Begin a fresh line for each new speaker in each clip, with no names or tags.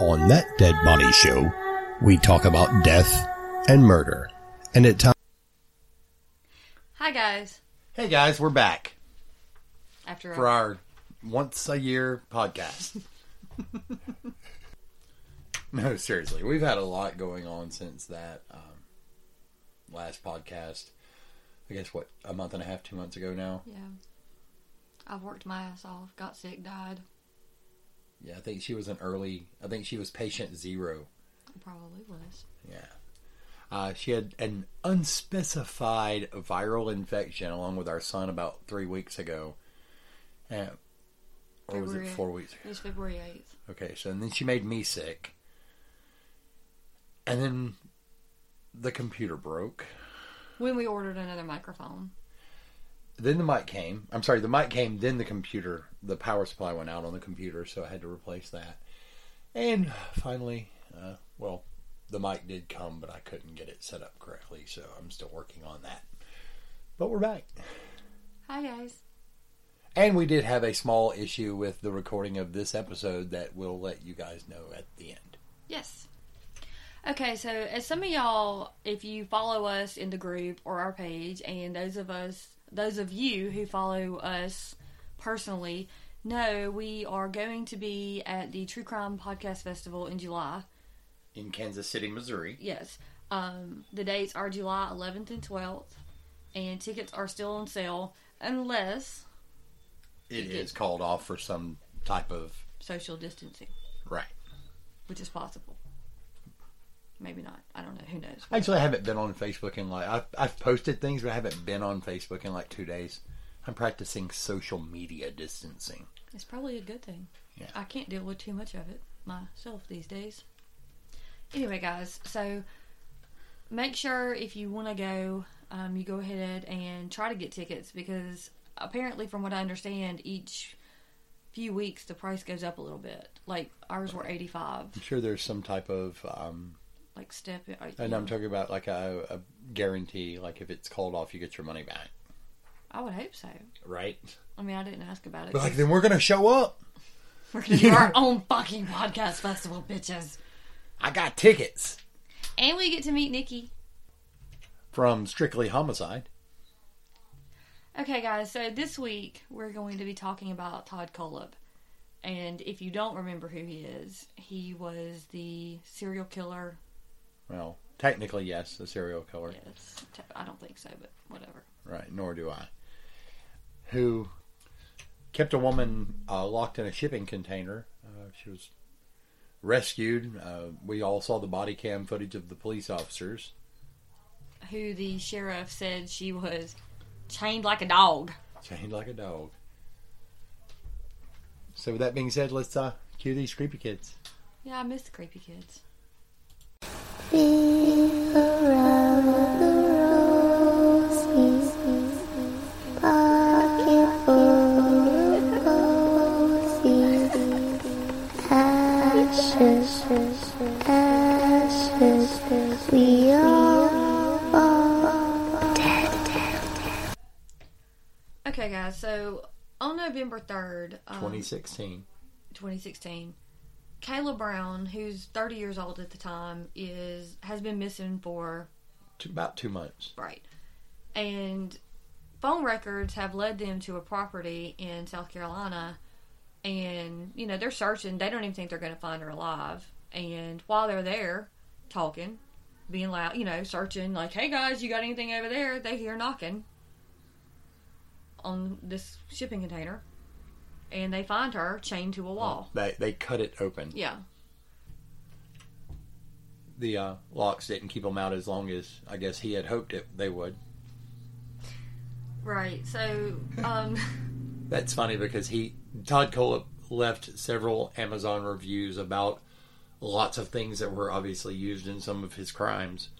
On that Dead Body Show, we talk about death and murder, and at times.
Hi guys.
Hey guys, we're back
After
for our once a year podcast. no, seriously, we've had a lot going on since that um, last podcast. I guess what a month and a half, two months ago now.
yeah, I've worked my ass off. Got sick, died.
Yeah, I think she was an early. I think she was patient zero.
I probably was.
Yeah. Uh, she had an unspecified viral infection along with our son about three weeks ago. Uh, or was it
February.
four weeks ago?
It was February eighth.
Okay, so and then she made me sick. And then the computer broke.
When we ordered another microphone,
Then the mic came. I'm sorry, the mic came, then the computer, the power supply went out on the computer, so I had to replace that. And finally, uh, well, the mic did come, but I couldn't get it set up correctly, so I'm still working on that. But we're back.
hi guys.
And we did have a small issue with the recording of this episode that we'll let you guys know at the end.
Yes. Okay, so as some of y'all, if you follow us in the group or our page, and those of us, those of you who follow us personally, know we are going to be at the True Crime Podcast Festival in July.
In Kansas City, Missouri.
Yes. Um, the dates are July 11th and 12th, and tickets are still on sale unless
it
did.
is called off for some type of
social distancing,
right.
which is possible. Maybe not. I don't know. Who knows?
Actually, I haven't been on Facebook in like I've, I've posted things, but I haven't been on Facebook in like two days. I'm practicing social media distancing.
It's probably a good thing.
Yeah.
I can't deal with too much of it myself these days. Anyway, guys, so make sure if you want to go, um, you go ahead and try to get tickets because apparently, from what I understand, each few weeks the price goes up a little bit. Like ours were eighty five.
I'm sure there's some type of, um,
Like step.
and I'm talking about like a, a guarantee, like if it's called off, you get your money back.
I would hope so.
Right.
I mean, I didn't ask about it.
But like, then we're gonna show up.
we're gonna do our own fucking podcast festival, bitches,
I got tickets
and we get to meet Nikki.
from Strictly Homicide.
Okay, guys, so this week we're going to be talking about Todd Kolob. And if you don't remember who he is, he was the serial killer.
Well, technically, yes, a serial killer.
Yes, t- I don't think so, but whatever.
Right, nor do I. Who kept a woman uh, locked in a shipping container. Uh, she was rescued. Uh, we all saw the body cam footage of the police officers.
Who the sheriff said she was chained like a dog.
Chained like a dog. So, with that being said, let's uh, cue these creepy kids.
Yeah, I miss the creepy kids.
Ashes, ashes, we are dead.
Okay, guys, so on November 3rd, um,
2016.
2016, Kayla Brown, who's 30 years old at the time, is has been missing for
T- about two months.
Right. And phone records have led them to a property in South Carolina. And, you know, they're searching. They don't even think they're going to find her alive. And while they're there talking, being loud, you know, searching, like, hey guys, you got anything over there? They hear knocking on this shipping container. And they find her chained to a wall.
They, they cut it open.
Yeah.
The uh, locks didn't keep them out as long as I guess he had hoped it they would.
Right. So, um,.
That's funny because he Todd Cole left several Amazon reviews about lots of things that were obviously used in some of his crimes.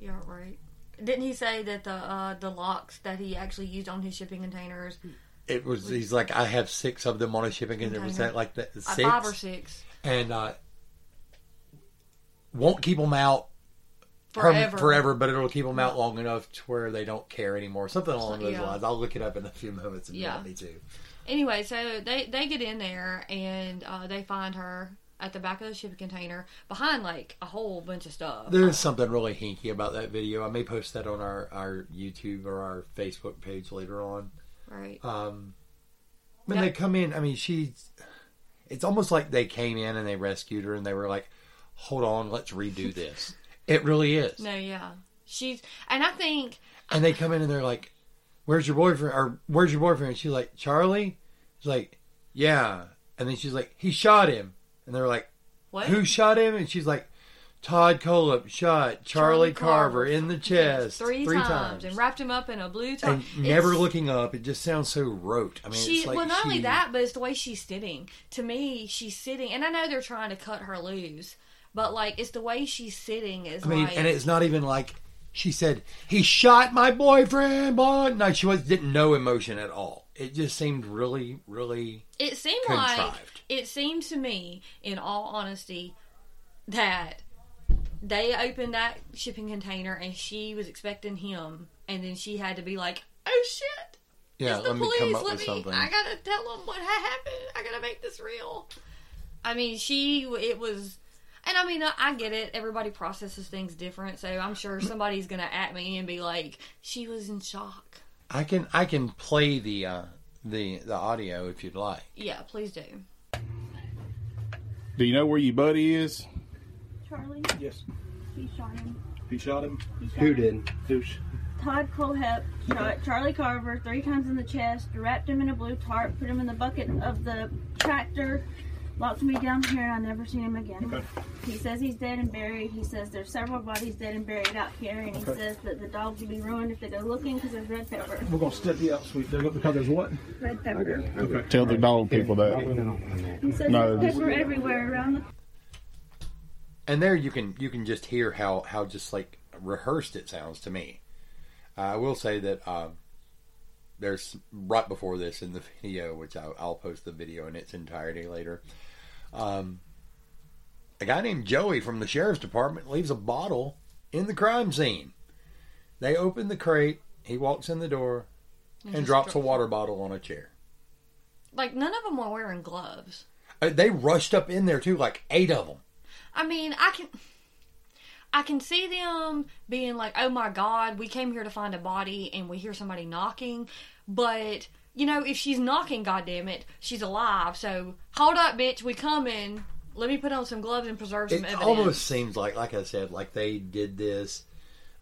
Yeah, right. Didn't he say that the uh, the locks that he actually used on his shipping containers,
It was he's like I have six of them on a shipping container. Was that like that
uh,
six?
five or six,
And uh, won't keep them out perm-
forever,
forever, but it'll keep them out long enough to where they don't care anymore. Something along those
Yeah.
lines. I'll look it up in a few moments if you
Yeah.
want me to.
Anyway, so they they get in there and uh, they find her at the back of the shipping container behind like a whole bunch of stuff.
There is something really hinky about that video. I may post that on our, our YouTube or our Facebook page later on.
right.
Um, when
Yeah.
they come in, I mean, she's. It's almost like they came in and they rescued her and they were like, hold on, let's redo this. it really is.
No, yeah. She's and I think
And they come in and they're like, where's your boyfriend? Or where's your boyfriend? And she's like, Charlie? She's like, yeah. And then she's like, he shot him. And they're like,
what
who shot him? And she's like, Todd Colep shot Charlie,
Charlie
Carver,
Carver
in the chest
three, times, and wrapped him up in a blue tie.
and never
It's-
looking up. It just sounds so rote. I mean,
She
it's like
well, not
she,
only that, but it's the way she's sitting. To me, she's sitting, and I know they're trying to cut her loose, but like it's the way she's sitting is
I mean,
like
and it's not even like she said he shot my boyfriend. Blah. No, she was didn't know emotion at all. It just seemed really, really.
it seemed like
contrived.
it seemed to me, in all honesty, that they opened that shipping container and she was expecting him, and then she had to be like, "Oh shit."
Yeah,
It's the
let me
police.
come up
let
with
me,
something.
I gotta tell them what ha- happened. I gotta make this real. I mean, she. It was, and I mean, I, I get it. Everybody processes things different, so I'm sure somebody's gonna at me and be like, "She was in shock."
I can I can play the uh, the the audio if you'd like.
Yeah, please do.
Do you know where your buddy is?
Charlie?
Yes.
He shot him.
Who shot him?
He shot
Who
him.
did? Who? sh-
Todd Colehep shot Charlie Carver three times in the chest, wrapped him in a blue tarp, put him in the bucket of the tractor, locked me down here, and I never seen him again.
Okay.
He says he's dead and buried. He says there's several bodies dead and buried out here, and he
Okay.
says that the dogs will be ruined if they go looking because there's red pepper.
We're gonna step you out, sweet. They're because there's what?
Red pepper.
Okay.
Tell the dog people that.
He says
No, this-
there's pepper everywhere around the
And there you can you can just hear how how just like rehearsed it sounds to me. Uh, I will say that um, there's right before this in the video, which I, I'll post the video in its entirety later. Um, a guy named Joey from the sheriff's department leaves a bottle in the crime scene. They open the crate. He walks in the door and
just
drops a
drop-
water bottle on a chair.
Like none of them were wearing gloves.
Uh, They rushed up in there too, like eight of them.
I mean, I can. I can see them being like, "Oh my God, we came here to find a body, and we hear somebody knocking." But you know, if she's knocking, goddamn it, she's alive. So hold up, bitch, we coming. Let me put on some gloves and preserve some
It
evidence.
almost seems like, like I said, like they did this.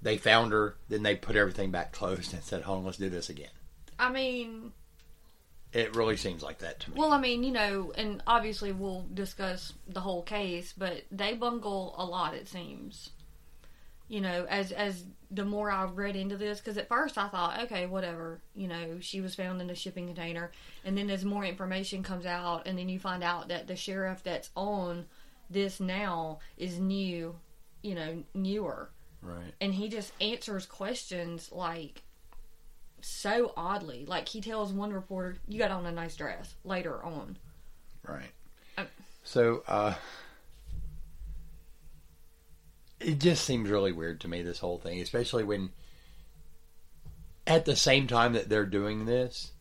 They found her, then they put everything back closed and said, "Hold on, let's do this again."
I mean,
It really seems like that to me.
well, I mean, you know, and obviously we'll discuss the whole case, but they bungle a lot. It seems, you know, as as the more I've read into this, because at first I thought, okay, whatever, you know, she was found in a shipping container, and then as more information comes out, and then you find out that the sheriff that's on this now is new, you know, newer.
Right.
and he just answers questions like so oddly. Like he tells one reporter, "You got on a nice dress." Later on,
Right.
Um,
so uh, it just seems really weird to me this whole thing, especially when at the same time that they're doing this,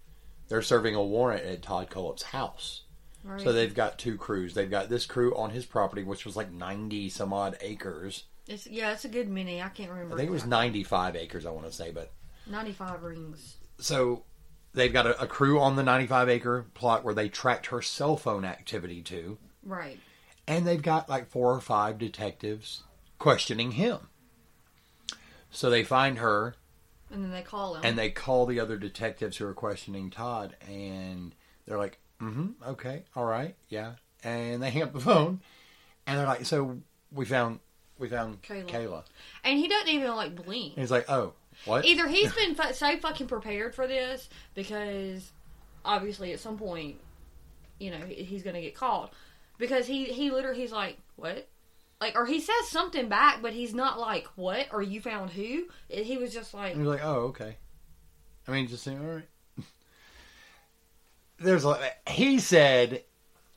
they're serving a warrant at Todd Cullep's house.
right?
So they've got two crews. They've got this crew on his property, which was like ninety some odd acres.
it's, yeah, it's a good many. I can't remember.
I think it was 95 acres, I want to say. But
ninety-five rings.
so they've got a, a crew on the 95 acre plot where they tracked her cell phone activity to,
Right.
and they've got like four or five detectives questioning him. So they find her
And then they call him.
and they call the other detectives who are questioning Todd, and they're like, mm hmm, okay, all right, yeah. And they hang up the phone, and they're like, so we found. We found
Kayla.
Kayla.
and he doesn't even like blink.
And he's like, oh, what?
Either he's been fu- so fucking prepared for this because obviously at some point, you know, he- he's gonna get called because he he literally he's like what. Like, or he says something back, but he's not like, "What?" or "You found who?" He was just like,
And you're like, oh, okay. I mean, just saying, all right. There's a, he said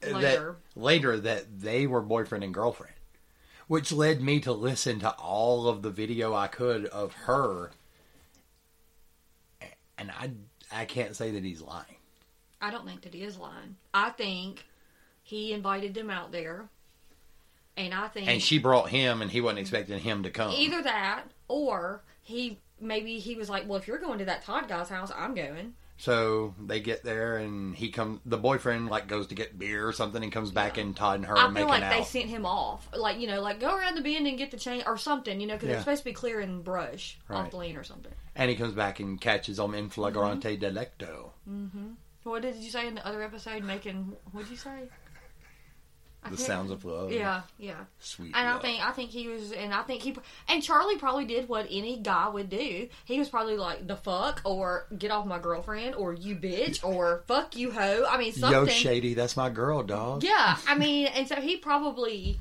Later.
that later that they were boyfriend and girlfriend, which led me to listen to all of the video I could of her, and I I can't say that he's lying.
I don't think that he is lying. I think he invited them out there. And I think
And she brought him, and he wasn't expecting him to come.
either that or he maybe he was like, well, if you're going to that Todd guy's house, I'm going.
So they get there, and he comes. The boyfriend like goes to get beer or something, and comes back, and Todd and her are
I feel
making
like
out.
they sent him off, like you know, like go around the bend and get the chain or something, you know, because
Yeah.
it's supposed to be clearing brush
Right.
off the lane or something.
and he comes back and catches them in flagrante
Mm-hmm.
delicto.
What did you say in the other episode? Making what did you say? I
The
can't-
sounds of love.
Yeah, yeah.
Sweet.
And I
love.
think I think he was, and I think he and Charlie probably did what any guy would do. He was probably like the fuck, or get off my girlfriend, or you bitch, or fuck you hoe. I mean something.
Yo, Shady, that's my girl, dog.
Yeah, I mean, and so he probably.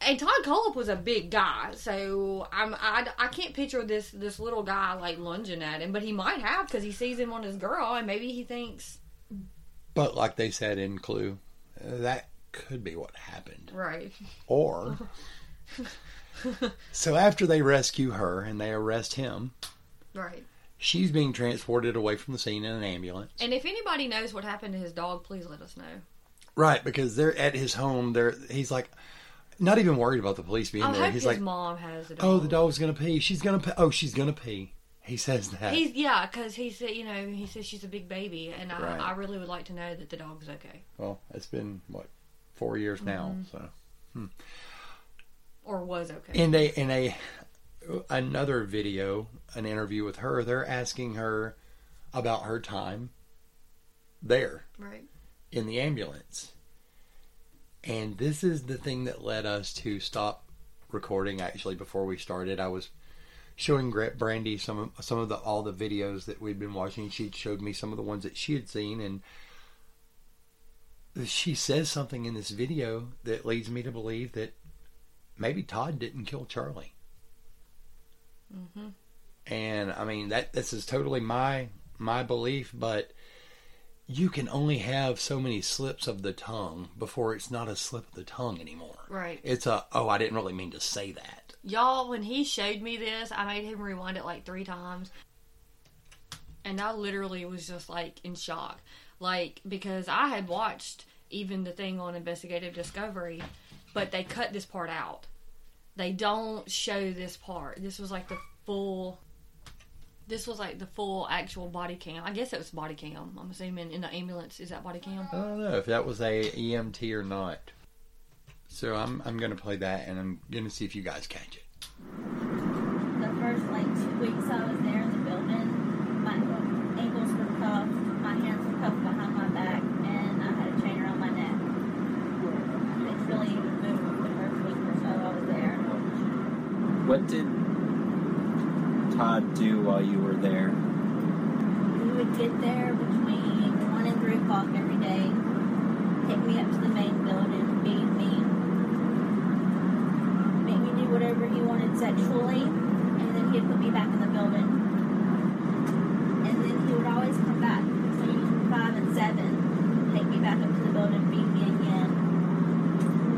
And Todd Cullip was a big guy, so I'm I, I can't picture this this little guy like lunging at him, but he might have because he sees him on his girl, and maybe he thinks
But like they said in Clue, uh, that could be what happened.
right.
Or. so after they rescue her and they arrest him,
Right.
she's being transported away from the scene in an ambulance.
And if anybody knows what happened to his dog, please let us know.
Right, because they're at his home. They're he's like, not even worried about the police being
I
there.
hope
He's
his
like,
mom has it.
oh, the dog's gonna pee. She's gonna pee. Oh, she's gonna pee. He says that.
He's yeah, because he said you know he says she's a big baby, and I,
Right.
I really would like to know that the dog's okay
well, it's been what four years now. So
or was okay.
in a in a another video, an interview with her, they're asking her about her time there
right.
in the ambulance. And this is the thing that led us to stop recording actually before we started. I was showing Gra- Brandy some of, some of the all the videos that we'd been watching. She showed me some of the ones that she had seen and she says something in this video that leads me to believe that maybe Todd didn't kill Charlie.
Mhm.
And I mean that this is totally my my belief, but you can only have so many slips of the tongue before it's not a slip of the tongue anymore.
Right.
It's a oh, I didn't really mean to say that.
Y'all, when he showed me this, I made him rewind it like three times. And I literally was just like in shock. Like, because I had watched even the thing on Investigative Discovery, but they cut this part out. They don't show this part. This was like the full. This was like the full actual body cam. I guess it was body cam. I'm assuming in the ambulance is that body cam.
I don't know if that was a EMT or not. So I'm I'm gonna play that and I'm gonna see if you guys catch it.
The first like two weeks I was there in the building, my ankles were cuffed, my hands were cuffed behind my back, and I had a chain around my neck. It's really moved the first week or so I was there.
What did Todd do while you were there?
We would get there between one and three o'clock every day. Take me up to the main building, beat me, make me do whatever he wanted sexually, and then he'd put me back in the building. And then he would always come back between five and seven, take me back up to the building, beat me again.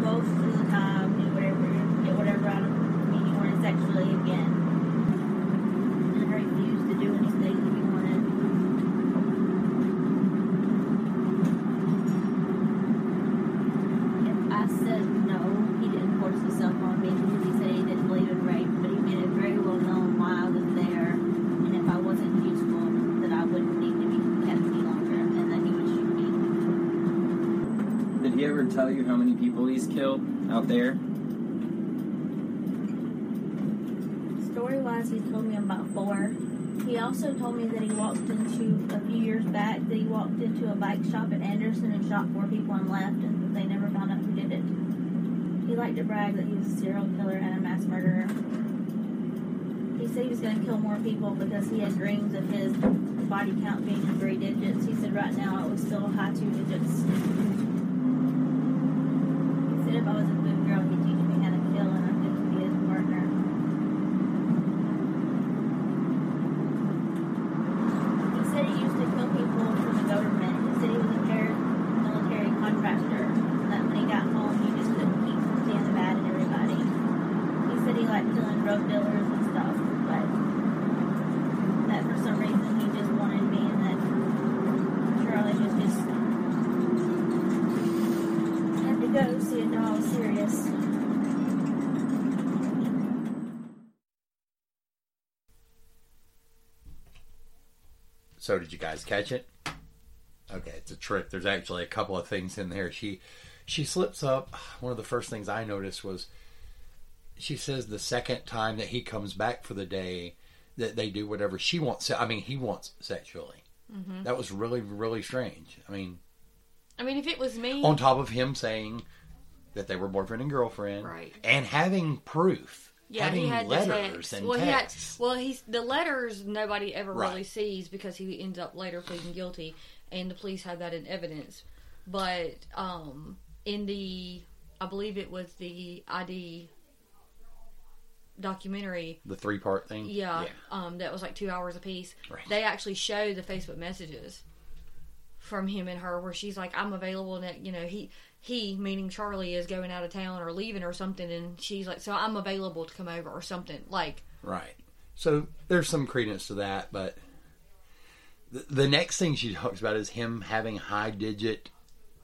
Most of the time, do whatever, get whatever out of me he wanted sexually again. And I refused to do anything that he wanted. If I said no, he didn't force himself on me because he said he didn't believe in rape, but he made it very well known why I was there, and if I wasn't useful, that I wouldn't need to be kept any longer, and that he would shoot me.
Did he ever tell you how many people he's killed out there?
Story wise, he told me about four. He also told me that he walked into a few years back that he walked into a bike shop in Anderson and shot four people and left, and they never found out who did it. He liked to brag that he was a serial killer and a mass murderer. He said he was going to kill more people because he had dreams of his body count being in three digits. He said right now it was still high two digits. He said if I was a good girl, he'd teach me how to kill, and I could be his partner. He said he used to kill people for the government. He said he was a paramilitary contractor, and that when he got home, he just couldn't keep from seeing the bad in everybody. He said he liked killing drug dealers and stuff, but that for some reason he just wanted me, and that Charlie was just shit, no, I was serious.
So did you guys catch it? Okay, it's a trick. There's actually a couple of things in there. She she slips up. One of the first things I noticed was she says the second time that he comes back for the day that they do whatever she wants. se- I mean, he wants sexually. That was really really strange. I mean,
I mean, if it was me,
on top of him saying that they were boyfriend and girlfriend,
Right.
And having proof,
yeah,
having
he had the
letters
text.
and
well, he
texts.
had well, he's the letters nobody ever really
Right.
sees because he ends up later pleading guilty, and the police have that in evidence. But um, in the, I believe it was the ID documentary.
the three part thing.
Yeah, Um, that was like two hours apiece.
Right.
They actually show the Facebook messages from him and her where she's like, I'm available and that you know, he he, meaning Charlie, is going out of town or leaving or something and she's like, So I'm available to come over or something. Like
Right. So there's some credence to that, but the, the next thing she talks about is him having high digit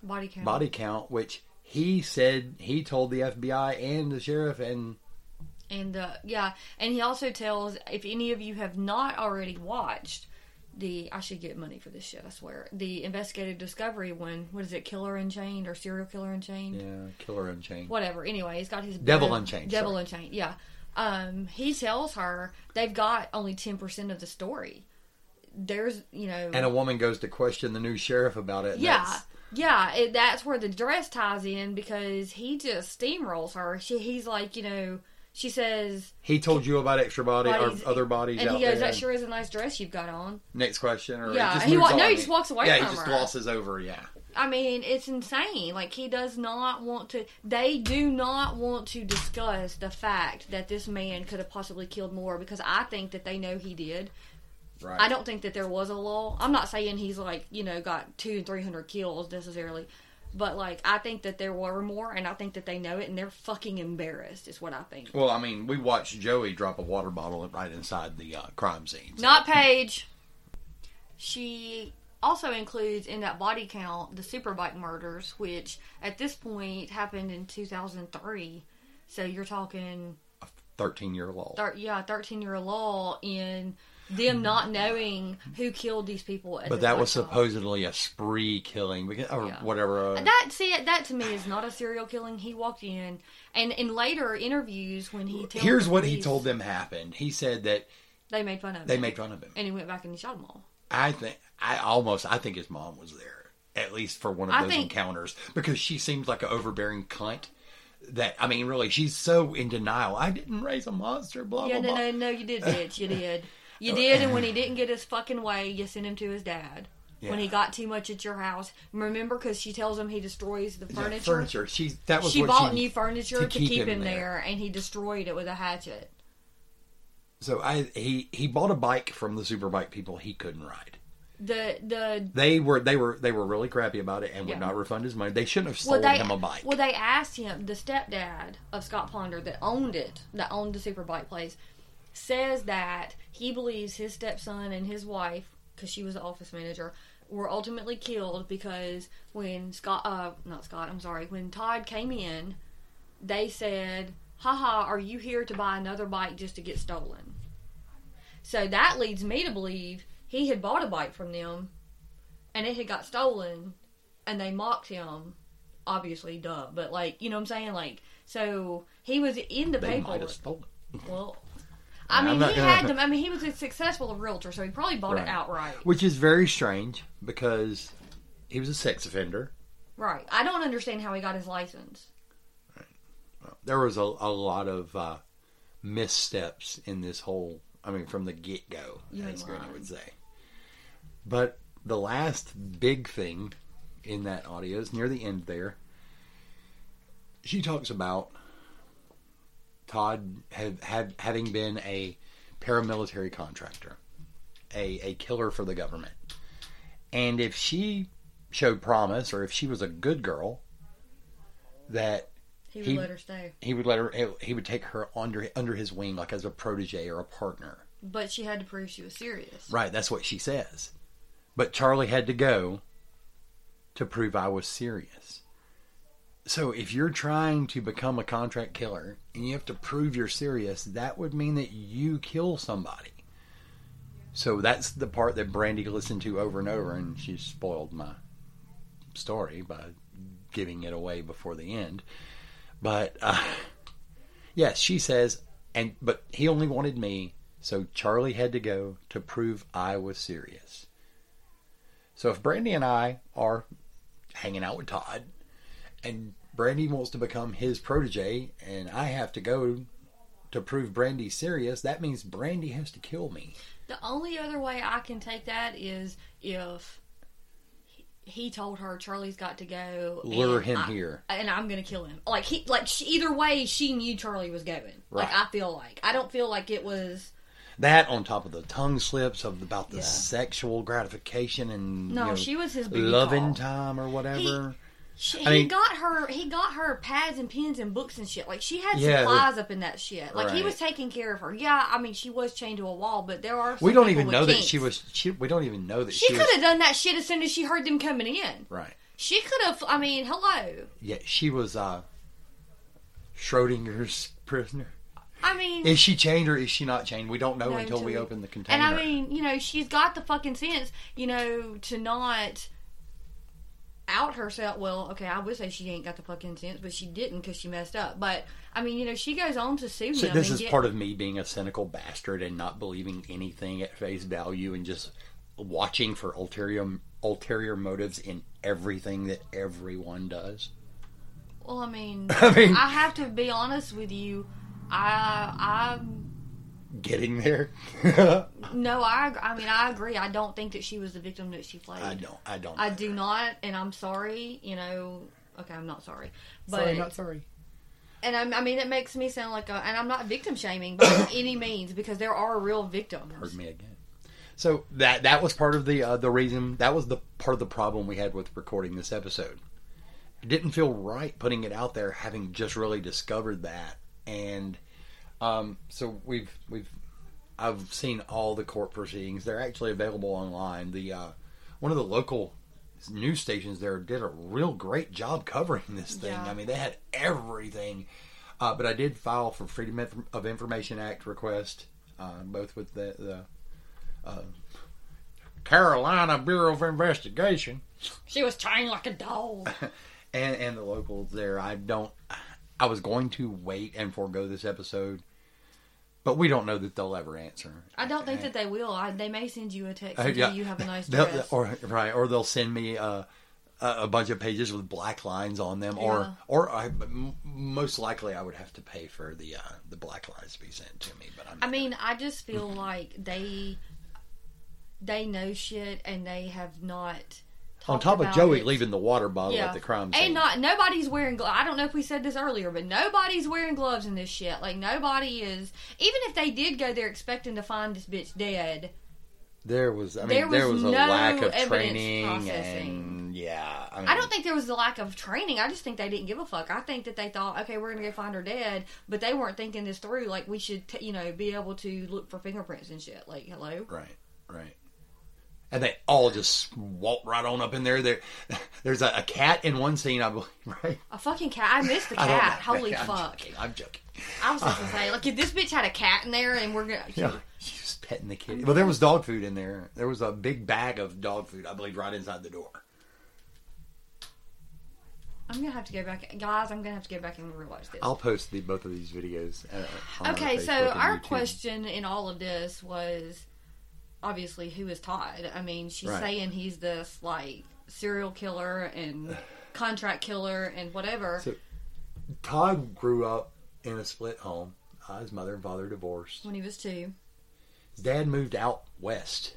body count.
body count, which he said he told the FBI and the sheriff and
And uh yeah. And he also tells if any of you have not already watched the I should get money for this shit, I swear. The investigative discovery one, what is it, Killer Unchained or Serial Killer Unchained?
yeah, Killer Unchained.
whatever. Anyway, he's got his
Devil
bit of-
Unchained,
Devil
sorry.
Unchained, yeah. Um, he tells her they've got only ten percent of the story. There's, you know,
And a woman goes to question the new sheriff about it. and
yeah,
that's-
yeah. It, that's where the dress ties in because he just steamrolls her. She, he's like, you know, she says,
He told you about extra body
Bodies-
or other bodies
and
out
he goes,
there.
"That sure is a nice dress you've got on."
Next question, or
Yeah,
he just
he
moves
wa- no,
on.
he just walks away
Yeah,
from
he just
her.
glosses over. Yeah,
I mean, it's insane. Like he does not want to. They do not want to discuss the fact that this man could have possibly killed more because I think that they know he did.
right.
I don't think that there was a law. I'm not saying he's like you know got two and three hundred kills necessarily, but like I think that there were more, and I think that they know it, and they're fucking embarrassed. Is what I think.
Well, I mean, we watched Joey drop a water bottle right inside the uh, crime scene. so-
Not Paige. She also includes in that body count the superbike murders, which at this point happened in 2003. So you're talking,
thirteen year old.
thir- yeah, 13 year law in them not knowing who killed these people. At
But
the
that
bike
was
shop.
supposedly a spree killing because, or
Yeah.
whatever. uh,
That see that to me is not a serial killing. He walked in, and in later interviews when he tells
Here's
the
what he
police,
told them happened. He said that
they made fun of
they
him,
made fun of him.
and he went back and he shot them all.
I think I almost I think his mom was there at least for one of
I
those
think-
encounters because she seems like an overbearing cunt. That I mean, really, she's so in denial. I didn't raise a monster. Blah
Yeah,
blah
no,
blah. Oh,
no, no, you did, bitch. You did. You did, and when he didn't get his fucking way, you sent him to his dad. When he
Yeah.
got too much at your house, remember, because she tells him he destroys the
Yeah,
furniture.
furniture. She that was
She
what
bought
she,
new furniture to keep, him there. and he destroyed it with a hatchet.
So I he he bought a bike from the superbike people he couldn't ride.
The the
They were they were they were really crappy about it and would
Yeah.
not refund his money. They shouldn't have
well
sold
they
him a bike.
well they asked him the stepdad of Scott Ponder that owned it that owned the superbike place says that he believes his stepson and his wife because she was the office manager were ultimately killed because when Scott uh not Scott I'm sorry when Todd came in they said haha are you here to buy another bike just to get stolen so that leads me to believe he had bought a bike from them and it had got stolen and they mocked him obviously duh but like you know what i'm saying like so he was in the
they might
paperwork
have stolen. it.
well i
I'm
mean
not
he
gonna-
had them i mean he was a successful realtor so he probably bought
Right.
it outright
Which is very strange because he was a sex offender.
right i don't understand how he got his license
There was a, a lot of uh, missteps in this whole, I mean, from the get go,
You
as
ain't
Grant
lying.
would say. But the last big thing in that audio is near the end there. She talks about Todd have, have, having been a paramilitary contractor, a, a killer for the government. And if she showed promise or if she was a good girl, that
he would
He-
let her stay
he would let her he- he would take her under under his wing like as a protege or a partner
but she had to prove she was serious
right that's what she says but charlie had to go to prove i was serious So if you're trying to become a contract killer and you have to prove you're serious, that would mean that you kill somebody. So that's the part that Brandy listened to over and over, and she spoiled my story by giving it away before the end. But uh, yes, she says, and but he only wanted me, so Charlie had to go to prove I was serious. So if Brandy and I are hanging out with Todd and Brandy wants to become his protege, and I have to go to prove Brandy serious, that means Brandy has to kill me.
The only other way I can take that is if he- he told her Charlie's got to go
Lure
and
him
I-
here.
and I'm gonna kill him. Like he, like she, either way, she knew Charlie was going. Like
Right.
I feel like I don't feel like it was
That on top of the tongue slips of about the
Yeah.
sexual gratification and
no.
you know,
she was his booty
loving
call.
time or whatever.
She,
I
he
mean-
got her. He got her pads and pens and books and shit. Like she had
Yeah,
supplies up in that shit. Like he
Right.
was taking care of her. Yeah, I mean she was chained to a wall, but there are. Some
we don't
people
even
with
know that
kinks.
she was. She, we don't even know that
She
she,
could
was.
have done that shit as soon as she heard them coming in.
Right.
She could have. I mean, hello.
Yeah, she was uh, Schrodinger's prisoner.
I mean,
Is she chained or is she not chained? We don't know
No,
until
until
we
we-
open the container.
and I mean, you know, she's got the fucking sense, you know, to not out herself. Well, okay, I would say she ain't got the fucking sense, but she didn't because she messed up. But I mean, you know, she goes on to sue
So
him.
this
and
is
get-
part of me being a cynical bastard and not believing anything at face value and just watching for ulterior ulterior motives in everything that everyone does.
Well, I mean,
I mean,
I have to be honest with you. I,
getting there. I
I, no, I, ag- I mean, I agree. I don't think that she was the victim that she played.
don't. I don't.
I do not, and I'm sorry. You know, okay, I'm not sorry, but
sorry, not sorry.
and I'm, I mean, it makes me sound like, a, and I'm not victim shaming by any means because there are real victims.
Heard me again. So that that was part of the uh, the reason that was the part of the problem we had with recording this episode. It didn't feel right putting it out there, having just really discovered that. And um, so we've we've I've seen all the court proceedings. They're actually available online. The uh, one of the local news stations there did a real great job covering this thing.
Yeah.
I mean, they had everything. Uh, but I did file for Freedom Inf- of Information Act request, uh, both with the, the uh, Carolina Bureau of Investigation
She was chained like a dog.
and and the locals there. I don't. I was going to wait and forego this episode, but we don't know that they'll ever answer.
I don't think that they will. I, they may send you a text.
Uh,
and
yeah.
You have a nice
They'll-
dress.
or right, or they'll send me uh, a, a bunch of pages with black lines on them,
Yeah.
or or I, m- most likely I would have to pay for the uh, the black lines to be sent to me. But I'm,
I mean, I just feel like they they know shit and they have not.
on
talked
top of
about
Joey
it.
leaving the water bottle at the crime scene,
And not nobody's wearing gloves. I don't know if we said this earlier, but nobody's wearing gloves in this shit. Like nobody is. Even if they did go there expecting to find this bitch dead,
there was I mean
There
there
was
was, a
no
lack of
evidence
training
processing.
and yeah, I, mean,
I don't think there was a lack of training. I just think they didn't give a fuck. I think that they thought, okay, we're gonna go find her dead, but they weren't thinking this through. Like we should, t- you know, be able to look for fingerprints and shit. Like hello,
Right, right. And they all just walk right on up in there. There, there's a, a cat in one scene, I believe. Right?
a fucking cat. I missed the
I don't
cat.
know.
Holy
I'm
fuck!
joking, I'm joking.
I was just gonna say, like if this bitch had a cat in there and we're gonna,
Yeah, she's just petting the kitty. Well, there was dog food in there. There was a big bag of dog food, I believe, right inside the door.
I'm gonna have to go back, guys. I'm gonna have to go back and rewatch this.
I'll post the both of these videos. uh, on
Okay, so
Facebook and
our
YouTube.
question in all of this was obviously who is Todd? I mean, she's
Right.
saying he's this like serial killer and contract killer and whatever.
So- Todd grew up in a split home. Uh, his mother and father divorced.
when he was two,
His dad moved out west.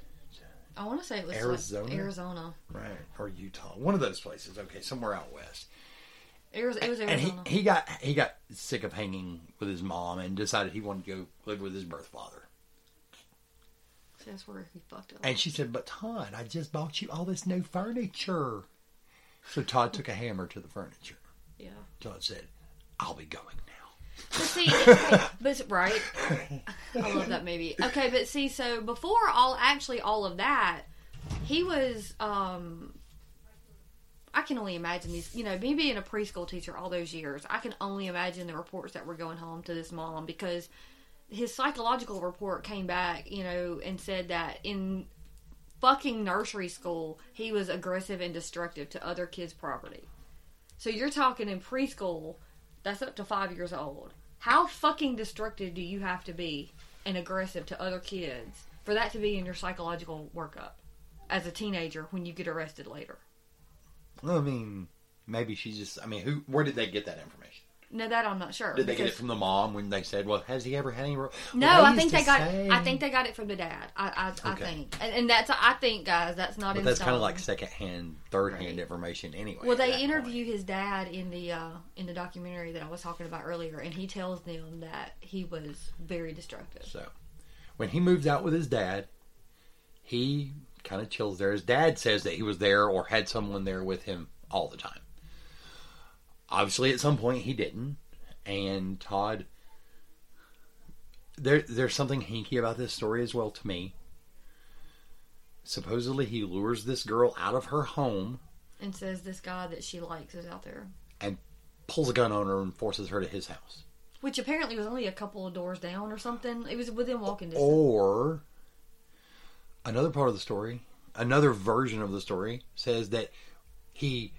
I want to say it was like,
Arizona?
Arizona.
Right. Or Utah. One of those places. Okay, somewhere out west.
Arizo- it was
and he,
Arizona.
he got he got sick of hanging with his mom and decided he wanted to go live with his birth father.
See, that's where he fucked up.
And she said, "But Todd, I just bought you all this new furniture." So Todd took a hammer to the furniture.
yeah.
Todd said, "I'll be going now."
But see, okay, but right, I love that movie. Okay, but see, so before all actually all of that, he was um, I can only imagine these. You know, me being a preschool teacher all those years, I can only imagine the reports that were going home to this mom because his psychological report came back, you know, and said that in fucking nursery school, he was aggressive and destructive to other kids' property. So you're talking in preschool, that's up to five years old. How fucking destructive do you have to be and aggressive to other kids for that to be in your psychological workup as a teenager when you get arrested later?
I mean, maybe she just. I mean, who? Where did they get that information?
No, that I'm not sure.
Did they get it
because-
from the mom when they said, "Well, has he ever had any?" re-
No,
Well,
I
used
think
to
they got.
say-
I think they got it from the dad. I, I,
Okay.
I think, and, and that's. I think, guys, that's not.
But
in
that's kind of
stone.
like secondhand, third-hand
Right.
information, anyway.
Well,
at that
they
point.
interview his dad in the uh, in the documentary that I was talking about earlier, and he tells them that he was very destructive.
So, when he moves out with his dad, he kind of chills there. His dad says that he was there or had someone there with him all the time. Obviously, at some point, he didn't. And Todd, there, there's something hinky about this story as well to me. Supposedly, he lures this girl out of her home,
And says this guy that she likes is out there,
pulls a gun on her, and forces her to his house.
which apparently was only a couple of doors down or something. It was within walking distance.
Or another part of the story, another version of the story says that he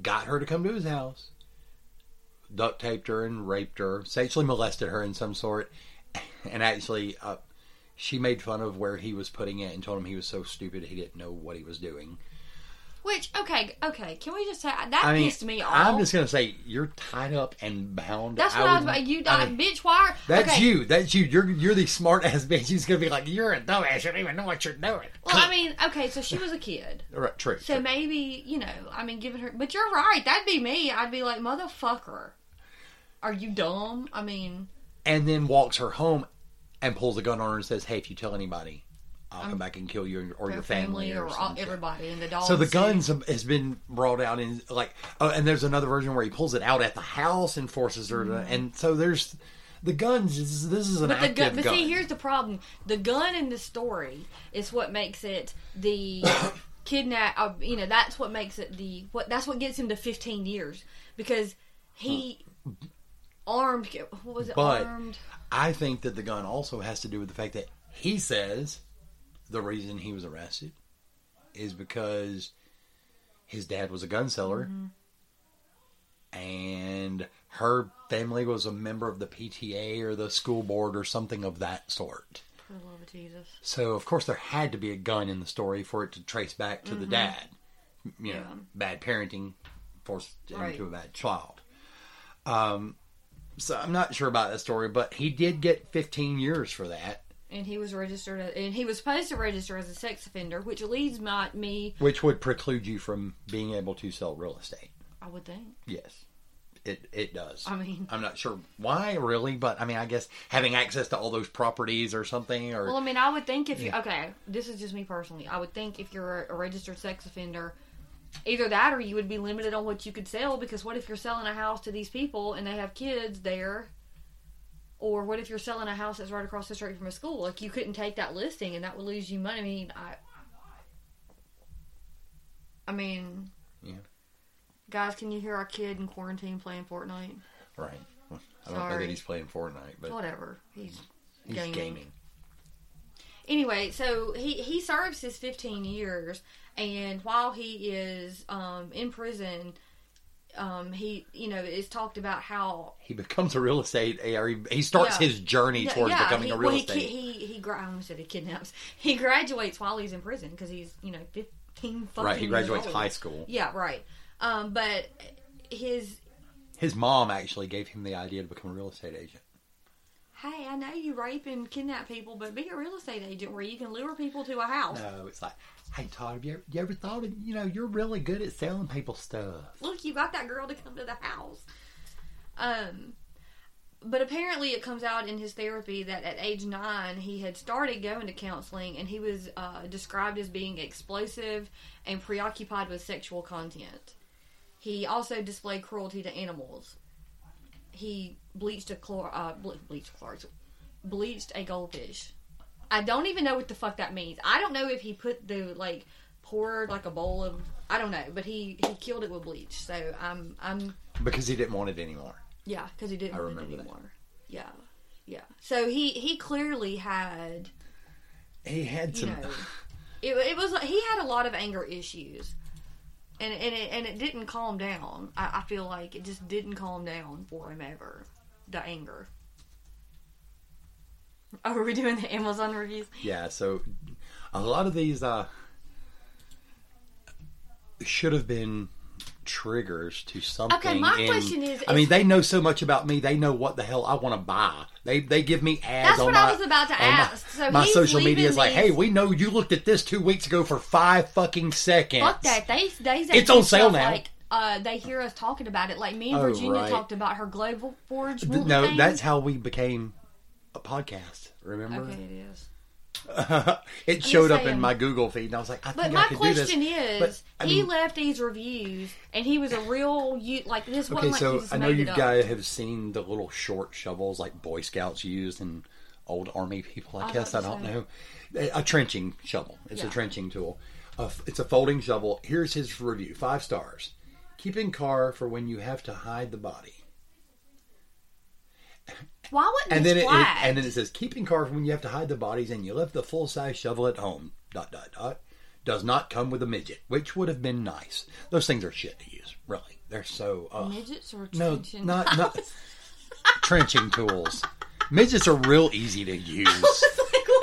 got her to come to his house, duct taped her and raped her, sexually molested her in some sort, and actually uh, she made fun of where he was putting it and told him he was so stupid he didn't know what he was doing.
Which okay, okay, can we just say that
Oh. I mean,
pissed me off?
I'm just gonna say you're tied up and bound.
that's what I, was
would-
about. You,
I
I
mean,
bitch, why? are-
That's
okay.
you. That's you. You're you're the smart ass bitch. He's gonna be like, you're a dumbass. You don't even know what you're doing.
Well, I mean, okay, so she was a kid.
Right, true.
So
true.
maybe, you know, I mean, giving her. But you're right. That'd be me. I'd be like, motherfucker. Are you dumb? I mean,
and then walks her home and pulls a gun on her and says, "Hey, if you tell anybody, I'll
Um,
come back and kill you or your, or
her
your family, or,
all-
some shit."
everybody in the dog.
So the guns have- has been brought out in like, oh, and there's another version where he pulls it out at the house and forces her to. And so there's the guns. This is, this is an
Mm. But the
active
gun. But
gun.
see, here's the problem. The gun in the story is what makes it the kidnap. Uh, you know, that's what makes it the what. That's what gets him to 15 years because he armed. What was it?
But-
armed.
I think that the gun also has to do with the fact that he says the reason he was arrested is because his dad was a gun seller and her family was a member of the PTA or the school board or something of that sort.
For the love of Jesus.
So, of course, there had to be a gun in the story for it to trace back to the dad. You know,
Mm-hmm. Yeah.
bad parenting forced him
Right.
to a bad child. Um, so I'm not sure about that story, but he did get 15 years for that,
and he was registered as, and he was supposed to register as a sex offender, which leads my me
which would preclude you from being able to sell real estate.
I would think.
Yes, it it does.
I mean-
I'm not sure why really, but I mean, I guess having access to all those properties or something, or
Well, I mean, I would think if you okay, this is just me personally. I would think if you're a registered sex offender, either that or you would be limited on what you could sell because what if you're selling a house to these people and they have kids there? Or what if you're selling a house that's right across the street from a school? Like you couldn't take that listing, and that would lose you money. I mean, I, I mean,
Yeah.
Guys, can you hear our kid in quarantine playing Fortnite?
right. I don't know
Sorry.
that he's playing Fortnite, but
Whatever. He's
he's
gaming.
gaming.
anyway, so he he serves his 15 years, and while he is um, in prison, um, he you know is talked about how
he becomes a real estate or he, he starts
Yeah.
his journey
Yeah,
towards
yeah,
becoming
he,
a real
well, he ki-
estate
He he, gra- I almost said he kidnaps. He graduates while he's in prison because he's you know 15 fucking
right he
years
graduates
old.
high school
Yeah, right. Um, but his
his mom actually gave him the idea to become a real estate agent
hey, I know you rape and kidnap people, but be a real estate agent where you can lure people to a house.
no it's like hey todd have you ever, you ever thought of you know you're really good at selling people stuff
look, you got that girl to come to the house. Um, but apparently, it comes out in his therapy that at age nine, he had started going to counseling and he was uh, described as being explosive and preoccupied with sexual content. He also displayed cruelty to animals. He bleached a chlor- uh, ble- bleached chlorides, bleached a goldfish. I don't even know what the fuck that means. I don't know if he put the like poured like a bowl of I don't know, but he he killed it with bleach. So I'm I'm
because he didn't want it anymore.
yeah, because he didn't
I
want it
remember that.
anymore. Yeah, yeah. So he he clearly had
He had
you
some.
know, it, it was he had a lot of anger issues, and and it, and it didn't calm down. I, I feel like it just didn't calm down for him ever, the anger. Oh, are we doing the Amazon reviews?
Yeah, so a lot of these uh, should have been triggers to something.
my
in-
question is-
I mean, they know so much about me. They know what the hell I want to buy. They they give me ads.
That's
on
what
my,
I was about to
on
ask.
My,
So
my
he's
social media
leaving
is like,
these-
hey, we know you looked at this two weeks ago for five fucking seconds.
Fuck that. They, they, they
It's
do
on sale
stuff
now.
Like, uh, they hear us talking about it. Like me and
Oh,
Virginia
right.
talked about her Global Forge.
Th- No, that's how we became a podcast. Remember,
Okay, it is.
it showed up
saying.
in my Google feed, and I was like, I
But
think
my
I could
question
do this.
is,
But, I
he
mean-
left these reviews, and he was a real you like this one.
Okay,
like he
so
just
I know
made
you
it up.
guys have seen the little short shovels like Boy Scouts used and old army people. I,
I
guess I
thought
don't
you
know. A a trenching shovel. It's a
Yeah.
trenching tool. A f- it's a folding shovel. Here's his review: five stars. Keep in car for when you have to hide the body.
Why wouldn't
And
he
then it, it
flag?
and then it says keep in car for when you have to hide the bodies and you left the full size shovel at home. Dot dot dot. Does not come with a midget, which would have been nice. Those things are shit to use. Really, they're so. Uh,
midgets or
no,
attention?
not not trenching tools. Midgets are real easy to use.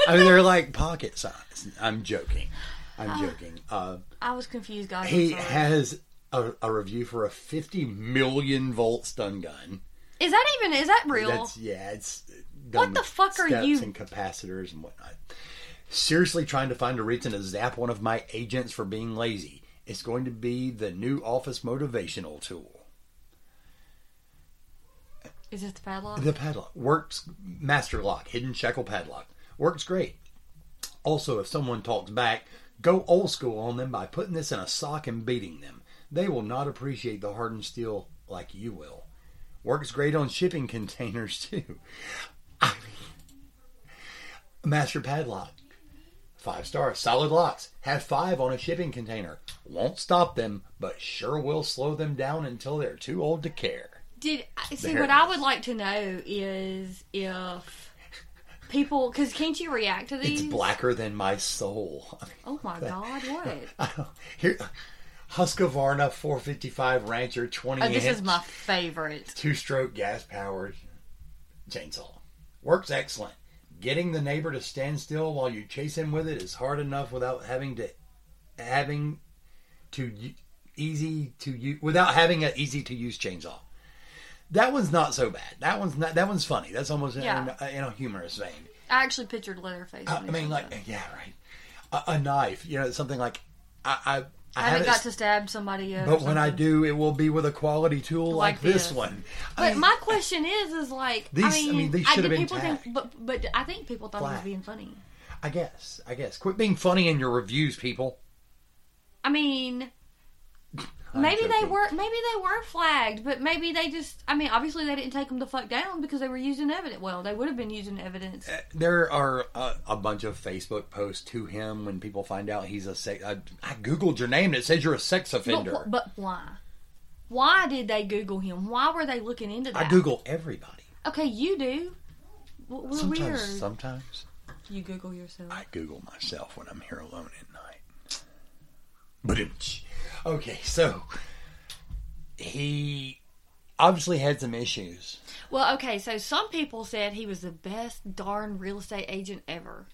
I mean, they're like pocket size. I'm joking. I'm joking. Uh,
I was confused, guys. Ah. I'm
he
sorry.
has a, a review for a 50 million volt stun gun.
is that even is that real?
That's yeah. It's
What
done
the
with
fuck are
steps
you-
And capacitors and whatnot. Seriously, trying to find a reason to zap one of my agents for being lazy. It's going to be the new office motivational tool.
is it the padlock?
The padlock works. Master lock, hidden shackle padlock works great. Also, if someone talks back, go old school on them by putting this in a sock and beating them. They will not appreciate the hardened steel like you will. Works great on shipping containers too. I mean, master padlock, five stars, solid locks. Have five on a shipping container. Won't stop them, but sure will slow them down until they're too old to care.
Did see
There
what
it
I
is.
would like to know is if people because can't you react to these?
It's blacker than my soul. I mean,
Oh my god, what?
I don't, here, Husqvarna 455 Rancher 20
Oh, this
inch
is my favorite.
two stroke gas powered chainsaw. Works excellent. Getting the neighbor to stand still while you chase him with it is hard enough without having to having to u- easy to use without having an easy to use chainsaw. That one's not so bad. That one's not. That one's funny. That's almost in-
Yeah.
in, a, in a humorous vein.
I actually pictured Leatherface.
I,
when
I
he
mean,
said
like,
that.
yeah, right. A, a knife, you know, something like I, I, I,
I haven't got to stab somebody yet. or
But when I
something.
do, it will be with a quality tool like,
Like
this
this.
one. I
But
mean,
my question is, is like,
These-
I mean, I
I mean, these should
did
have been
people think,
tagged.
but but I think people thought it was
Black.
being funny.
I guess, I guess. Quit being funny in your reviews, people.
I mean,
I'm
maybe they
joking.
were, maybe they were flagged, but maybe they just, I mean, obviously they didn't take them the fuck down because they were using evidence. Well, they would have been using evidence.
Uh, There are a, a bunch of Facebook posts to him when people find out he's a sex. I, I googled your name and it says you're a sex
But,
offender.
wh- but why? Why did they Google him? Why were they looking into
I
that?
Google everybody.
Okay, you do. W- We're
Sometimes,
weird.
sometimes
You Google yourself.
I Google myself when I'm here alone at night. But it- okay, so he obviously had some issues.
Well, okay, so some people said he was the best darn real estate agent ever.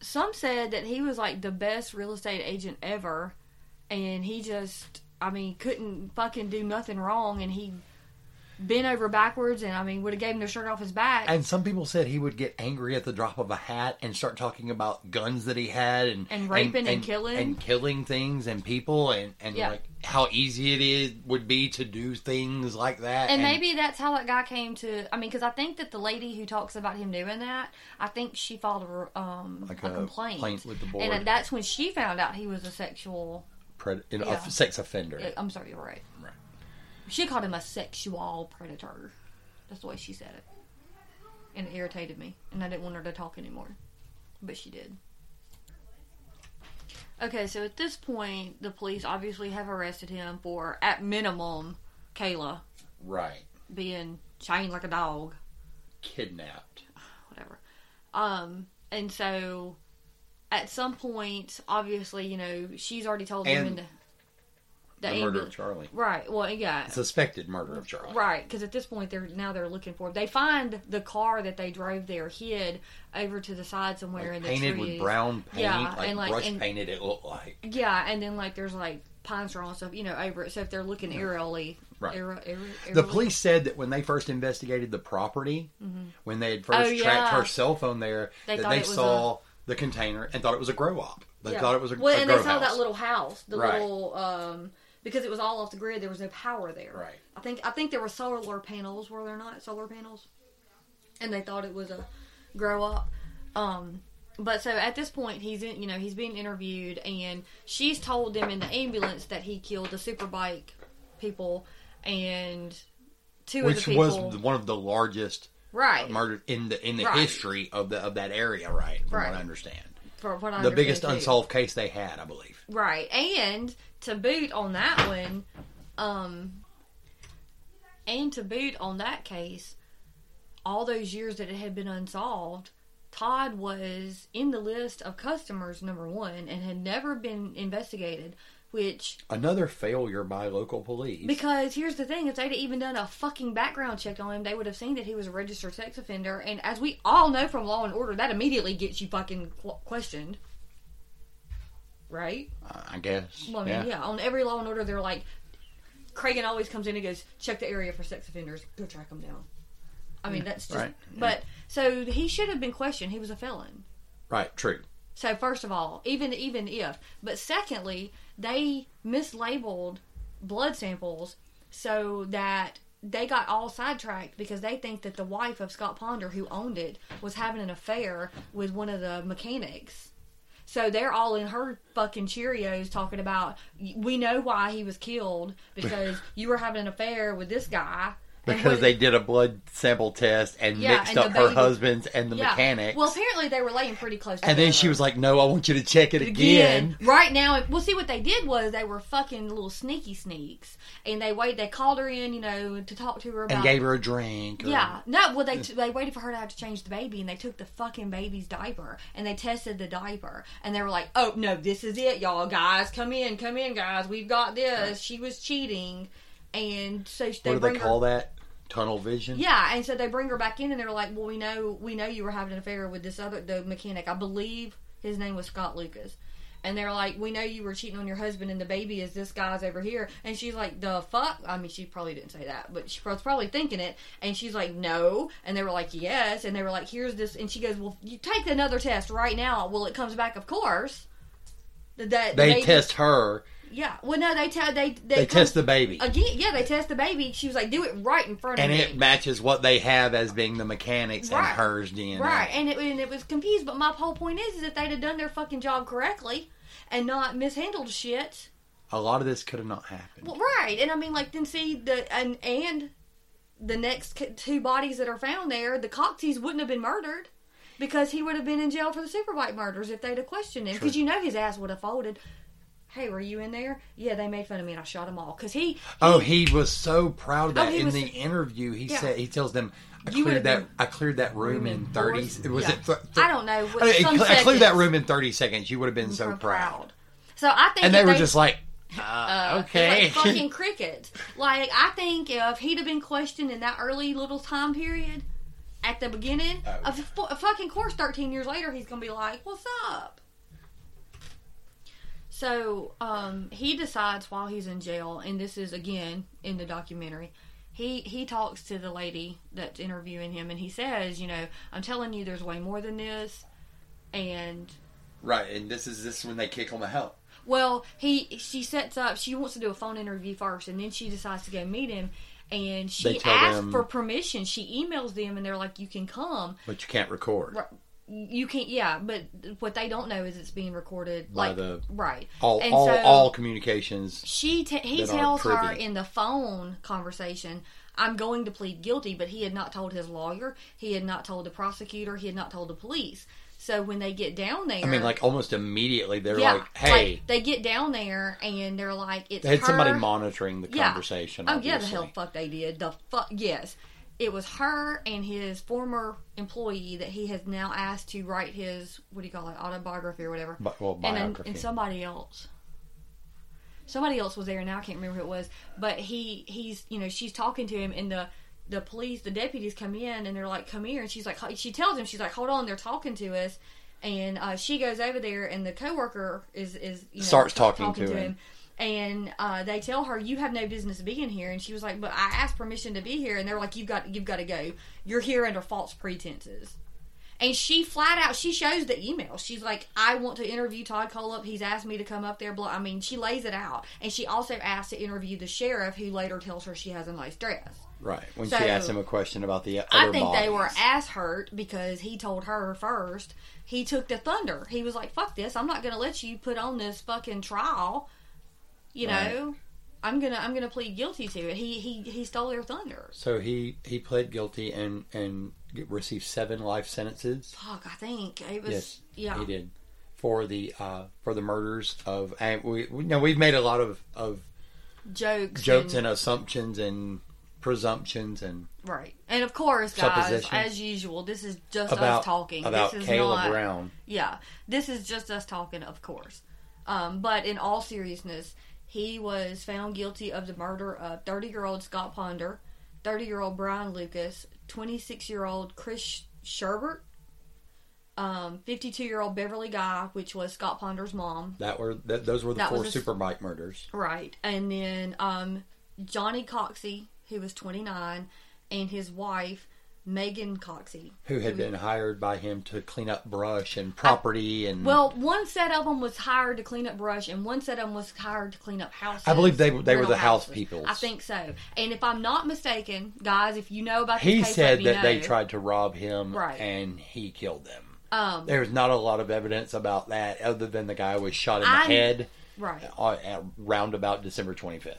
Some said that he was like the best real estate agent ever, and he just, I mean, couldn't fucking do nothing wrong, and he bent over backwards, and I mean, would have gave him the shirt off his back.
And some people said he would get angry at the drop of a hat and start talking about guns that he had and
And raping and killing.
and killing things and people and and
Yeah.
like how easy it is would be to do things like that.
and maybe that's how that guy came to. I mean, because I think that the lady who talks about him doing that, I think she filed a, um,
Like
a,
a
complaint.
complaint with the board.
And that's when she found out he was a sexual
pred- you know,
yeah.
a sex offender.
Yeah, I'm sorry, you're right.
Right.
She called him a sexual predator. That's the way she said it. And it irritated me. And I didn't want her to talk anymore. But she did. Okay, so at this point, the police obviously have arrested him for, at minimum, Kayla
Right.
being chained like a dog,
Kidnapped.
whatever. Um, and so at some point, obviously, you know, she's already told him
And
in the,
The, murder of Charlie.
Right. Well, yeah.
Suspected murder of Charlie.
Right, because at this point they're now they're looking for. They find the car that they drove there hid over to the side
Like,
somewhere in the
painted
trees.
with brown paint,
Yeah,
like,
and, like,
brush
and-
painted. It looked like
Yeah, and then like there's like pine straw and stuff, you know, over it. So if they're looking eerily,
Right.
eerie- eerie-
the
eerily-
police said that when they first investigated the property, when they had first
Oh, yeah.
tracked her cell phone there,
They
that
thought
they
it was
saw the container and thought it was a grow op. They
Yeah.
thought it was a,
well,
a
and
grow
they saw
house.
that little house, the
Right.
little um, because it was all off the grid. There was no power there.
Right.
I think I think there were solar panels. Were there not solar panels? And they thought it was a grow up. Um, but so at this point, he's in. You know, he's being interviewed, and she's told them in the ambulance that he killed the superbike people and two of
which
the people.
was one of the largest
right.
murdered in the in the
Right.
history of the of that area, right? From
Right.
what I understand,
for what I
the biggest
understand, too.
unsolved case they had, I believe.
Right. And to boot on that one, um and to boot on that case, all those years that it had been unsolved, Todd was in the list of customers number one and had never been investigated, which
Another failure by local police.
because here's the thing, if they'd even done a fucking background check on him, they would have seen that he was a registered sex offender, and as we all know from Law and Order, that immediately gets you fucking qu- questioned, right?
I guess.
Well, I mean, yeah. On every Law and Order, they're like, Cragen always comes in and goes, check the area for sex offenders, go track them down. I mean, that's just.
Right.
But so he should have been questioned. He was a felon.
Right. True.
So first of all, even even if, but secondly, they mislabeled blood samples so that they got all sidetracked because they think that the wife of Scott Ponder, who owned it, was having an affair with one of the mechanics. So they're all in her fucking Cheerios talking about we know why he was killed because you were having an affair with this guy. And
Because
what-
they did a blood sample test and
Yeah,
mixed
and the
up her
baby-
husband's and the
Yeah.
mechanics.
Well, apparently they were laying pretty close.
and
together.
then she was like, "No, I want you to check it again."
again. Right now, if- well, see what they did was they were fucking little sneaky sneaks, and they wait. They called her in, you know, to talk to her about.
And gave her a drink. or-
yeah, no. Well, they t- they waited for her to have to change the baby, and they took the fucking baby's diaper and they tested the diaper, and they were like, "Oh no, this is it, y'all guys, come in, come in, guys, we've got this." She was cheating, and so they
What do
bring
they
her-
call that? Tunnel vision.
yeah, and so they bring her back in, and they're like, "Well, we know, we know you were having an affair with this other the mechanic. I believe his name was Scott Lucas." And they're like, "We know you were cheating on your husband, and the baby is this guy's over here." And she's like, "The fuck?" I mean, she probably didn't say that, but she was probably thinking it. And she's like, "No," and they were like, "Yes," and they were like, "Here's this," and she goes, "Well, you take another test right now." Well, it comes back, of course. That that
They
baby-
test her.
Yeah. Well, no, they tell they
They,
they,
test
come-
the baby,
again. Yeah, they test the baby. She was like, "Do it right in front
and
of me."
it matches what they have as being the mechanics
Right.
and hers DNA.
Right, and it, and it was confused. But my whole point is, is if they'd have done their fucking job correctly and not mishandled shit,
A lot of this could have not happened.
well, right. And I mean, like then see the and and the next c- two bodies that are found there, the Coxies wouldn't have been murdered because he would have been in jail for the Superbike murders if they'd have questioned him. Because you know his ass would have folded. Hey, were you in there? Yeah, they made fun of me and I shot them all. Because he,
Oh, he was so proud of
Oh,
that.
he
in
was-
the interview, he
Yeah.
said he tells them, "I
You
cleared
would've
that.
been- Mm,
I cleared that room in 30 It was
Yeah.
it. Th- th-
I don't know, what,
I,
some
cl- I cleared that
seconds
room in thirty seconds. You would have been so
were
proud.
So I think
And
if
they were just like, uh, okay,
It's like fucking crickets. Like I think if he'd have been questioned in that early little time period at the beginning,
Oh.
of fu- of fucking course, thirteen years later, he's gonna be like, "What's up?" So um, he decides while he's in jail, and this is again in the documentary. He he talks to the lady that's interviewing him, and he says, "You know, I'm telling you, there's way more than this." And
right. And this is this is when they kick him out.
well, he she sets up. She wants to do a phone interview first, and then she decides to go meet him. And
They
she
tell
asks
them-
for permission. She emails them, and they're like, "You can come."
But you can't record.
Right. You can't. Yeah, but what they don't know is it's being recorded.
By
like
the-
right.
All
and
all,
so
all communications.
she te- he
that aren't
tells her
privy.
in the phone conversation, "I'm going to plead guilty," but he had not told his lawyer. He had not told the prosecutor. He had not told the police. So when they get down there,
I mean, like almost immediately they're
yeah,
like, "Hey,
they get down there and they're like, it's
they had
her.
somebody monitoring the
Yeah.
conversation."
Oh yeah, the
obviously.
hell fuck they did. The fuck yes, it was her and his former employee that he has now asked to write his what do you call it autobiography or whatever,
Bi- well,
and then-
biography.
and somebody else. Somebody else was there, and I can't remember who it was. But he he's you know she's talking to him, and the the police the deputies come in and they're like come here, and she's like she tells him she's like hold on they're talking to us. And uh, she goes over there, and the coworker is is you know,
Starts talking to him.
and uh, they tell her you have no business being here and she was like but i asked permission to be here and they're like you've got you've got to go you're here under false pretenses and she flat out she shows the email she's like i want to interview todd Colup. he's asked me to come up there blah i mean she lays it out and she also asks to interview the sheriff who later tells her she has a nice dress
right when
So-
she asked him a question about the other
I think they were
bodies.
ass hurt because he told her first. He took the thunder. He was like, "Fuck this! I'm not gonna let you put on this fucking trial." You know, I'm gonna I'm gonna plead guilty to it. He he he stole their thunder.
So he he pled guilty and and get- received seven life sentences.
Fuck, I think it was
yes,
yeah.
he did for the uh for the murders of. And we, we know we've made a lot of of
Jokes,
jokes
and,
and assumptions and presumptions and
right, and of course, guys,
Supposition.
as usual, this is just
about
us talking
about
this is
Caleb
not,
Brown.
Yeah, this is just us talking, of course. Um, but in all seriousness, he was found guilty of the murder of 30 year old Scott Ponder, 30 year old Brian Lucas, 26 year old Chris Sherbert, 52 year old Beverly Guy, which was Scott Ponder's mom.
That were that, those were the
That
four
was a s-
super bike murders.
Right. And then um, Johnny Coxey, who was 29, and his wife, Megan Coxey.
Who had been
Mm-hmm.
hired by him to clean up brush and property and
Well, one set of them was hired to clean up brush, and one set of them was hired to clean up houses.
I believe they- they were
rental
the house
houses.
peoples.
I think so. And if I'm not mistaken, guys, if you know about this
he
case, let
said
me
that
know.
they tried to rob him
Right.
and he killed them.
Um,
There's not a lot of evidence about that other than the guy was shot in the
I'm-
head
right,
on- at round about December 25th.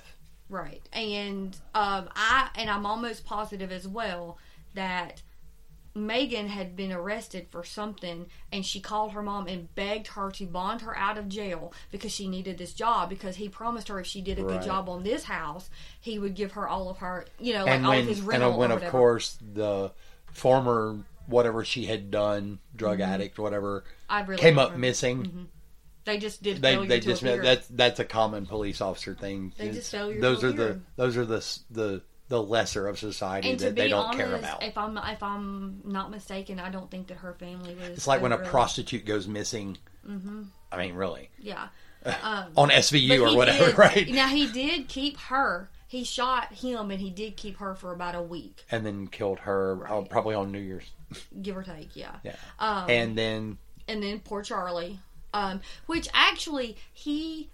right, and um, I and I'm almost positive as well that Megan had been arrested for something, and she called her mom and begged her to bond her out of jail because she needed this job because he promised her if she did a
Right.
good job on this house, he would give her all of her, you know, like
And
all
when,
of his rental
and when
or
of
whatever.
course, the former whatever she had done, drug addict, whatever,
Mm-hmm. I really
came
don't
up
remember. Mm-hmm.
missing.
They just did.
They,
failure
they
to
just
appear.
that's that's a common police officer thing.
They just
It's-
failure to
those are the
appear.
those are the s- the the lesser of society
and to
that
be
they don't
honest,
care about.
if I'm if I'm not mistaken, I don't think that her family was.
It's like when a
overly-
prostitute goes missing. I mean, really,
Yeah,
on SVU
Mm-hmm. But
or
he
whatever,
did-
right?
Now he did keep her. He shot him, and he did keep her for about a week,
And then killed her oh,
Right.
probably on New Year's.
give or take. Yeah.
Yeah.
Um,
and then
and then poor Charlie, um, which actually he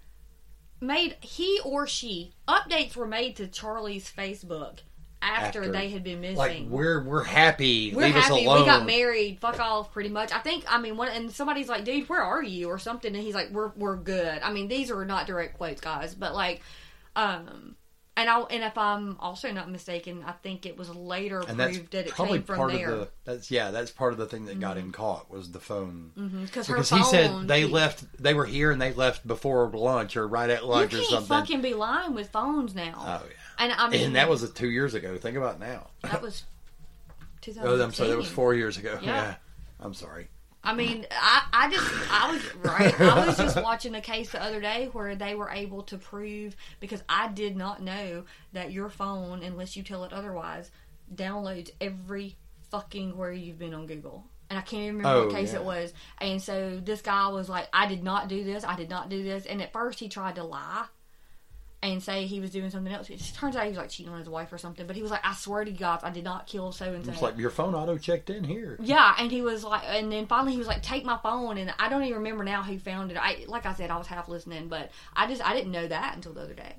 made he or she updates were made to Charlie's Facebook after,
After.
they had been missing.
like we're we're happy.
We're
Leave us
happy.
alone.
We got married. Fuck off, pretty much. I think. I mean, one and somebody's like, "Dude, where are you?" or something, and he's like, "We're we're good." I mean, these are not direct quotes, guys, but like, um, and I and if I'm also not mistaken, I think it was later
And that's
proved that it
probably
came from
part
there Mm-hmm.
of the that's yeah that's part of the thing that got him caught was the phone
because her
because
phone,
he said they
he-
left they were here and they left before lunch or right at
You
lunch or
can't
something.
fucking be lying with phones now.
oh yeah,
and I mean,
and that was two years ago. Think about now.
that was. 2010.
Oh, I'm sorry, that was four years ago.
Yeah.
yeah. I'm sorry.
I mean, I, I just, I was, right? I was just watching a case the other day where they were able to prove, because I did not know that your phone, unless you tell it otherwise, downloads every fucking where you've been on Google. And I can't even remember
Oh,
what case
yeah.
it was. And so this guy was like, I did not do this, I did not do this. And at first he tried to lie and say he was doing something else. It turns out he was like cheating on his wife or something. But he was like, I swear to God, I did not kill so and so.
It's like your phone auto checked in here.
Yeah, and he was like, and then finally he was like, "Take my phone," and I don't even remember now who found it. I like I said, I was half listening, but I just I didn't know that until the other day.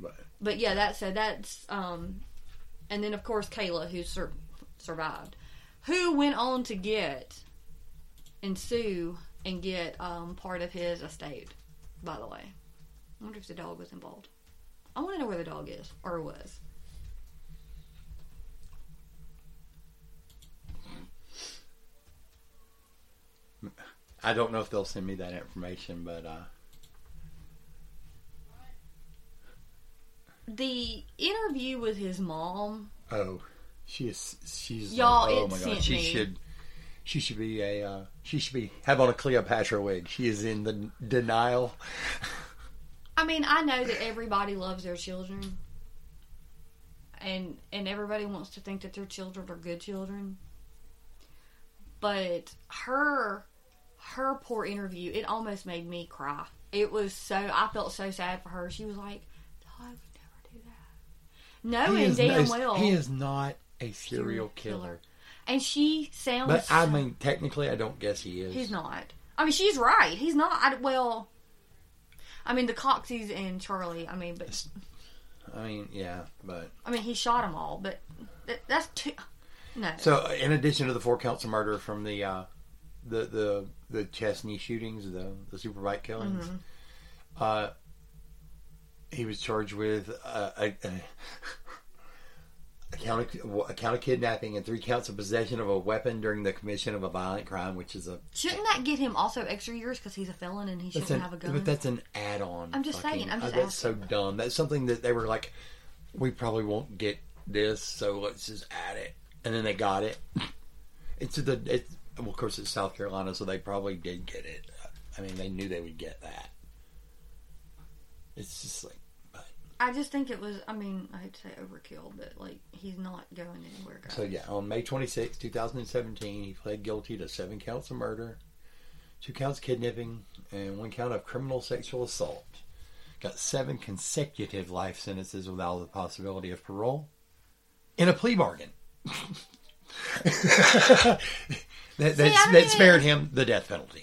But
But yeah, that so that's um, and then of course Kayla who sur- survived, who went on to get and sue and get um part of his estate. By the way, I wonder if the dog was involved. I want to know where the dog is or was.
I don't know if they'll send me that information, but uh,
The interview with his mom.
oh, she is she's
Y'all,
oh
it
my
sent
god, she
me.
should she should be a uh, she should be have on a Cleopatra wig. She is in the denial.
I mean, I know that everybody loves their children, and and everybody wants to think that their children are good children. But her, her poor interview, it almost made me cry. It was so I felt so sad for her. She was like, "I would never do that," knowing
is,
Oh, damn
is-
well
he is not a serial killer.
And she sounds.
But I mean, technically, I don't guess he is.
Oh, He's not. I mean, she's right. He's not. I, well, I mean, the Coxies and Charlie. I mean, but
I mean, yeah, but
I mean, he shot them all. But that, that's too. No.
so in addition to the four counts of murder from the uh, the the the Chesney shootings, the the superbike killings,
Mm-hmm.
uh, he was charged with uh, a, a, a count of, a count of kidnapping and three counts of possession of a weapon during the commission of a violent crime, which is a
shouldn't that get him also extra years because he's a felon and he shouldn't
That's an,
have a gun?
But that's an add-on.
I'm just saying, I'm just
uh, that's so dumb. That's something that they were like, we probably won't get this, so let's just add it. And then they got it. It's the it's well, of course, it's South Carolina, so they probably did get it. I mean, they knew they would get that. It's just like
I just think it was. I mean, I hate to say overkill, but like he's not going anywhere. Guys.
so. Yeah, on May 26, 2017, he pled guilty to seven counts of murder, two counts of kidnapping, and one count of criminal sexual assault. got seven consecutive life sentences without the possibility of parole in a plea bargain. that that,
I
that
mean-
spared him the death penalty.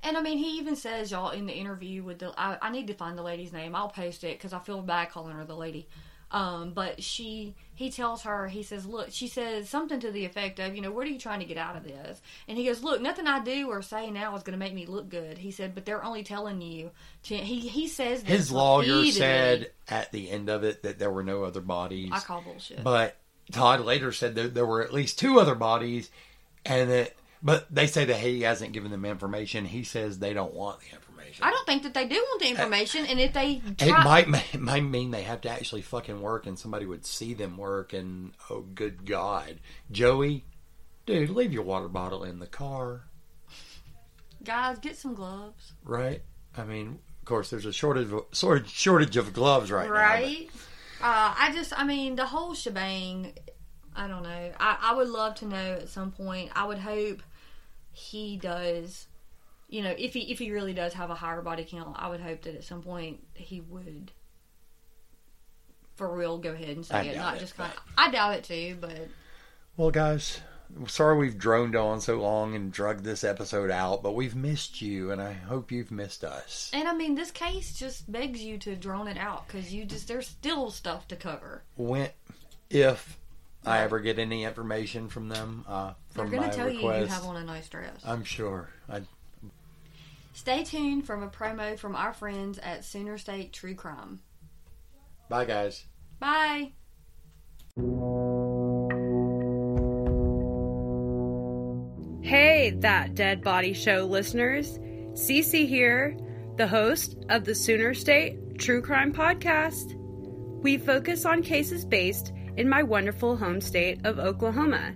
And I mean, he even says y'all in the interview with the. I, I need to find the lady's name. I'll post it because I feel bad calling her the lady. Um, but she, he tells her, he says, "Look," she says something to the effect of, "You know, what are you trying to get out of this?" And he goes, "Look, nothing I do or say now is going to make me look good." He said, "But they're only telling you." To, he he says this
His lawyer
repeatedly.
said at the end of it that there were no other bodies.
"I call bullshit."
But Todd later said that there were at least two other bodies, and that. But they say that he hasn't given them information. He says they don't want the information.
I don't think that they do want the information, and if they
And Uh, it
try,
might it might mean they have to actually fucking work, and somebody would see them work. And oh, good God, Joey, dude, leave your water bottle in the car,
guys, get some gloves,
right? I mean, of course, there's a shortage of, sort of shortage of gloves right, now.
right? Uh, I just, I mean, the whole shebang. I don't know. I, I would love to know at some point. I would hope he does. You know, if he if he really does have a higher body count, I would hope that at some point he would, for real, go ahead and say
I
it.
doubt
Not
it,
just kind of. I doubt it too, but
Well, guys, sorry we've droned on so long and drugged this episode out, but we've missed you, and I hope you've missed us.
and I mean, this case just begs you to drone it out because you just there's still stuff to cover.
When, if I ever get any information from them, uh, from
They're
my
going to tell
request,
you you have on a nice dress.
I'm sure. I,
Stay tuned from a promo from our friends at Sooner State True Crime.
bye, guys.
Bye.
Hey, that Dead Body Show listeners. Cece here, the host of the Sooner State True Crime Podcast. We focus on cases based in my wonderful home state of Oklahoma.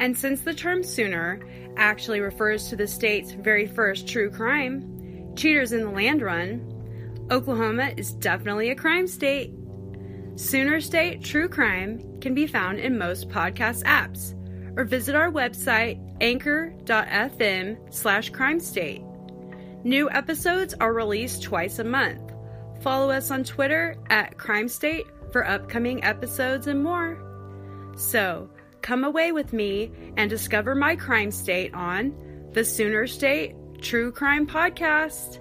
And since the term Sooner actually refers to the state's very first true crime, Cheaters in the Land Run, Oklahoma is definitely a crime state. Sooner State True Crime can be found in most podcast apps or visit our website anchor.fm slash crime state. New episodes are released twice a month. Follow us on Twitter at Crime State for upcoming episodes and more. So, come away with me and discover my crime state on the Sooner State True Crime Podcast.